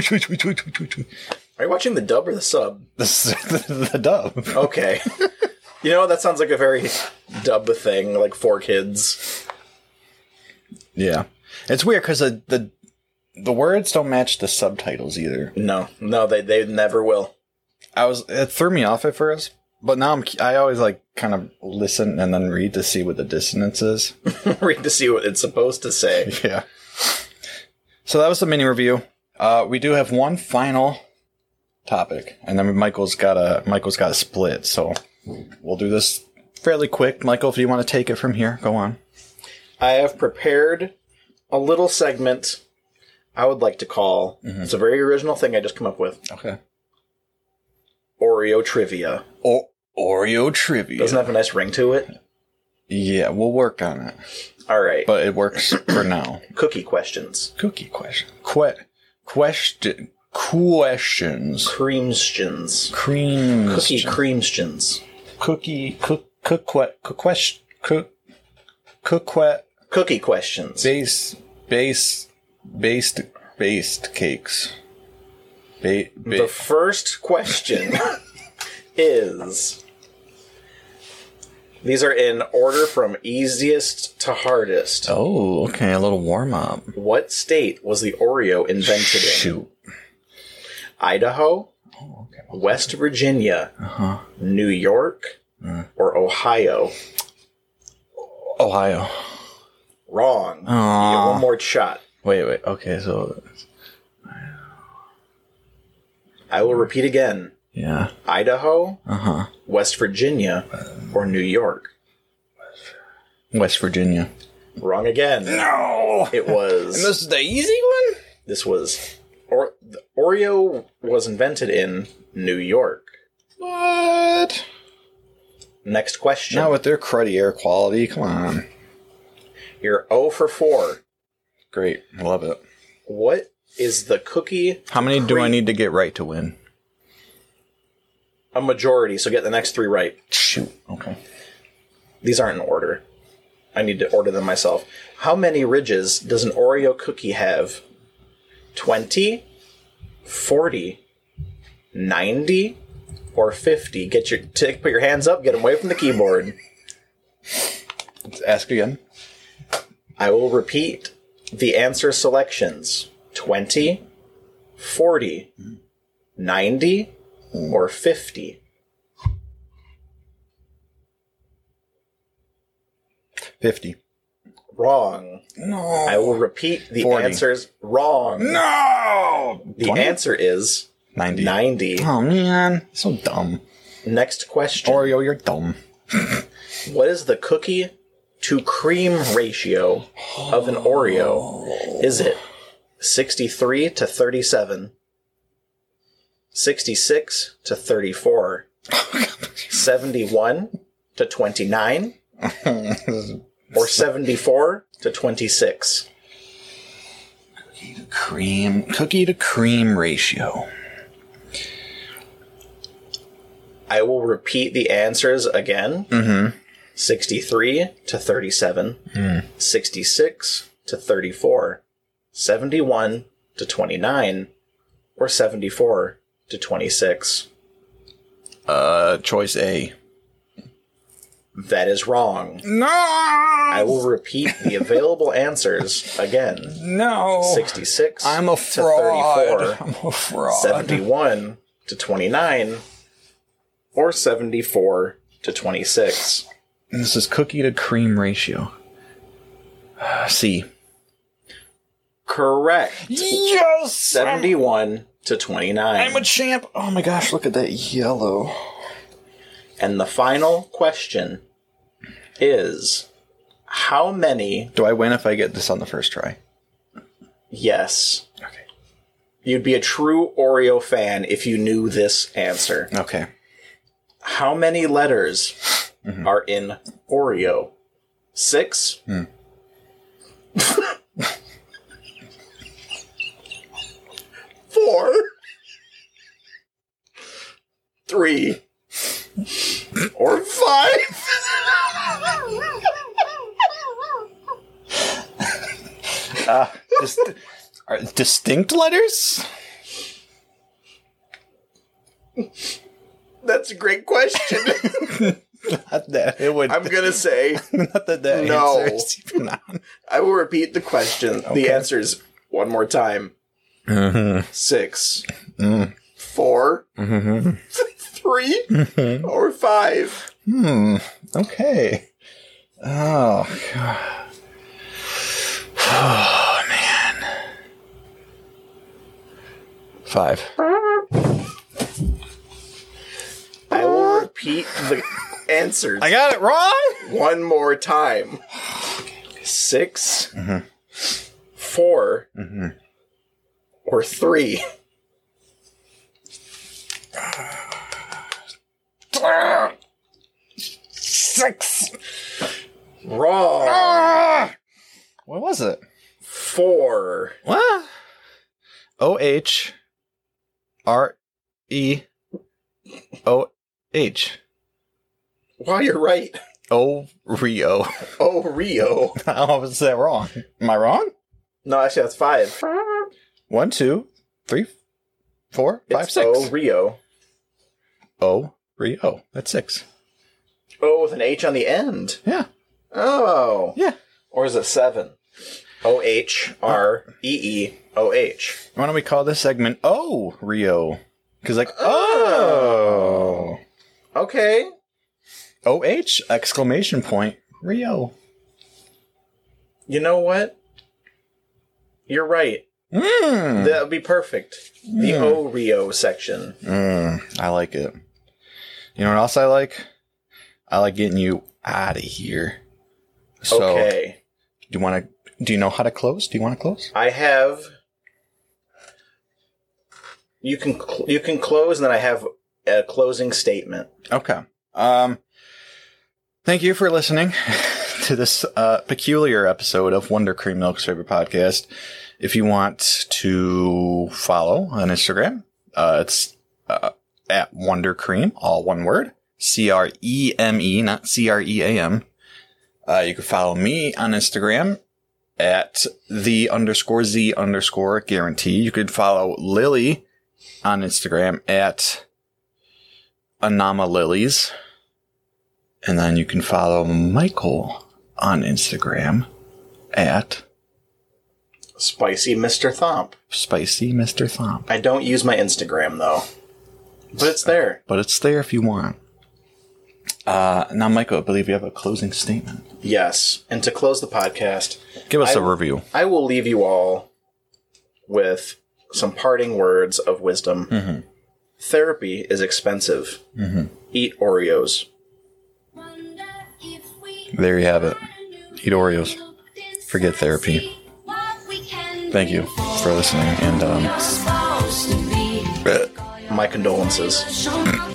S2: Are you watching the dub or the sub?
S1: this is the, the dub.
S2: Okay. you know that sounds like a very dub thing, like for kids.
S1: Yeah, it's weird because the, the the words don't match the subtitles either.
S2: No, no, they they never will.
S1: I was it threw me off at first, but now I'm I always like kind of listen and then read to see what the dissonance is.
S2: Read to see what it's supposed to say.
S1: yeah. So that was the mini review. Uh, we do have one final topic, and then Michael's got a Michael's got a split. So we'll do this fairly quick. Michael, if you want to take it from here, go on.
S2: I have prepared a little segment. I would like to call. It's a very original thing I just come up with.
S1: Okay.
S2: Oreo trivia.
S1: Or Oreo trivia.
S2: Doesn't have a nice ring to it.
S1: yeah, we'll work on it,
S2: All right.
S1: but it works for now.
S2: Cookie questions.
S1: Cookie question. Que- question. Questions.
S2: Creamstins.
S1: Creams.
S2: Cookie creamstins.
S1: Cookie. Cook. Cook. Cook. Question. Cook. Cook. Cook.
S2: Cookie questions.
S1: Base. Base. Based. Based cakes. Ba-
S2: The
S1: ba-
S2: first question is These are in order from easiest to hardest.
S1: oh, okay. A little warm up.
S2: What state was the Oreo invented in?
S1: Shoot. Oh,
S2: Idaho, West Virginia,
S1: Uh-huh.
S2: New York,
S1: Mm.
S2: or Ohio?
S1: Ohio.
S2: Wrong. You get one more shot.
S1: Wait, wait. Okay, so
S2: I will repeat again.
S1: yeah.
S2: Idaho,
S1: Uh huh.
S2: West Virginia, or New York?
S1: West Virginia.
S2: Wrong again.
S1: No.
S2: It was.
S1: This is the easy one.
S2: this was. Or, the Oreo was invented in New York.
S1: What?
S2: Next question.
S1: Not with their cruddy air quality. Come on.
S2: You're 0 for 4.
S1: Great. I love it.
S2: What is the cookie?
S1: How many do I need to get right to win?
S2: A majority, so get the next three right.
S1: Shoot. Okay.
S2: These aren't in order. I need to order them myself. How many ridges does an Oreo cookie have? 20, 40, 90, or 50? Get your tick, put your hands up, get them away from the keyboard.
S1: Ask again.
S2: I will repeat the answer selections 20, 40, 90, or 50.
S1: Fifty.
S2: Wrong.
S1: No.
S2: I will repeat the
S1: 40.
S2: answers wrong.
S1: No.
S2: The answer is
S1: ninety.
S2: 90.
S1: Oh man, so dumb.
S2: Next question.
S1: Oreo, you're dumb.
S2: What is the cookie to cream ratio of an Oreo? Is it 63 to 37, 66 to 34, 71 to 29, or 74 to 26?
S1: Cookie to cream, cookie to cream ratio.
S2: I will repeat the answers again
S1: Mm-hmm.
S2: 63 to 37,
S1: Hmm.
S2: 66 to 34, 71 to 29, or 74 to 26.
S1: Uh, choice A.
S2: That is wrong.
S1: No.
S2: I will repeat the available answers again
S1: No.
S2: 66
S1: Oh, I'm a
S2: to
S1: fraud.
S2: 34,
S1: I'm a fraud.
S2: 71 to 29, or 74 to 26.
S1: This is cookie to cream ratio. Uh, C.
S2: Correct.
S1: Yes.
S2: 71 to 29.
S1: I'm a champ. Oh my gosh, look at that yellow.
S2: and the final question is how many
S1: Do I win if I get this on the first try?
S2: yes
S1: Okay.
S2: you'd be a true Oreo fan if you knew this answer.
S1: Okay.
S2: How many letters are in Oreo? 6 Four. Three. Or five.
S1: Dis- are distinct letters?
S2: That's a great question.
S1: Not that it would.
S2: I'm going to say
S1: not that that
S2: No.
S1: answer is even on.
S2: I will repeat the question,
S1: Okay.
S2: the answers one more time. Mm-hmm. 6 Mm-hmm.
S1: Mm.
S2: four, Mm-hmm.
S1: Mhm.
S2: three,
S1: Mhm.
S2: or five.
S1: Hmm. Okay. Oh. God. Oh man. Five.
S2: I will repeat the answers
S1: I got it wrong.
S2: one more time. 6 4 or three.
S1: Six.
S2: Wrong.
S1: Ah! What was it?
S2: Four.
S1: What? O H R E O H
S2: Wow, you're right.
S1: O Rio.
S2: Oh, Rio.
S1: How was that wrong? Am I wrong?
S2: No, actually, that's five.
S1: One, two, three, four, five,
S2: It's
S1: six.
S2: Oh, Rio.
S1: E O Rio. That's six.
S2: Oh, with an H on the end.
S1: Yeah.
S2: Oh.
S1: Yeah.
S2: Or is it seven? O H R E E O H.
S1: Why don't we call this segment O Rio? Because like oh
S2: Okay.
S1: O H exclamation point Rio.
S2: You know what? You're right.
S1: Mm.
S2: That would be perfect. The
S1: Hmm.
S2: O Rio section.
S1: Mm, I like it. You know what else I like? I like getting you out of here. So,
S2: okay.
S1: do you want to? Do you know how to close? Do you want to close?
S2: I have. You can cl- you can close, and then I have a closing statement.
S1: Okay. Um, thank you for listening to this uh, peculiar episode of Wonder Cream Milk's favorite podcast. If you want to follow on Instagram, uh, it's uh, at Wonder Cream, all one word, C R E M E, not C R E A M. Uh, you can follow me on Instagram at the underscore Z underscore guarantee. You could follow Lily on Instagram at Anama Lilies. And then you can follow Michael on Instagram at
S2: Spicy Mr. Thomp.
S1: Spicy Mr. Thomp.
S2: I don't use my Instagram though, but it's
S1: Uh,
S2: there.
S1: But it's there if you want. Uh, now, Michael, I believe you have a closing statement.
S2: Yes. And to close the podcast,
S1: Give us
S2: I-
S1: a review.
S2: I will leave you all with some parting words of wisdom. Therapy is expensive. Eat Oreos.
S1: There you have it.
S3: Eat Oreos. Forget therapy. Thank you for listening and um
S1: um,
S2: My condolences.
S3: condolences.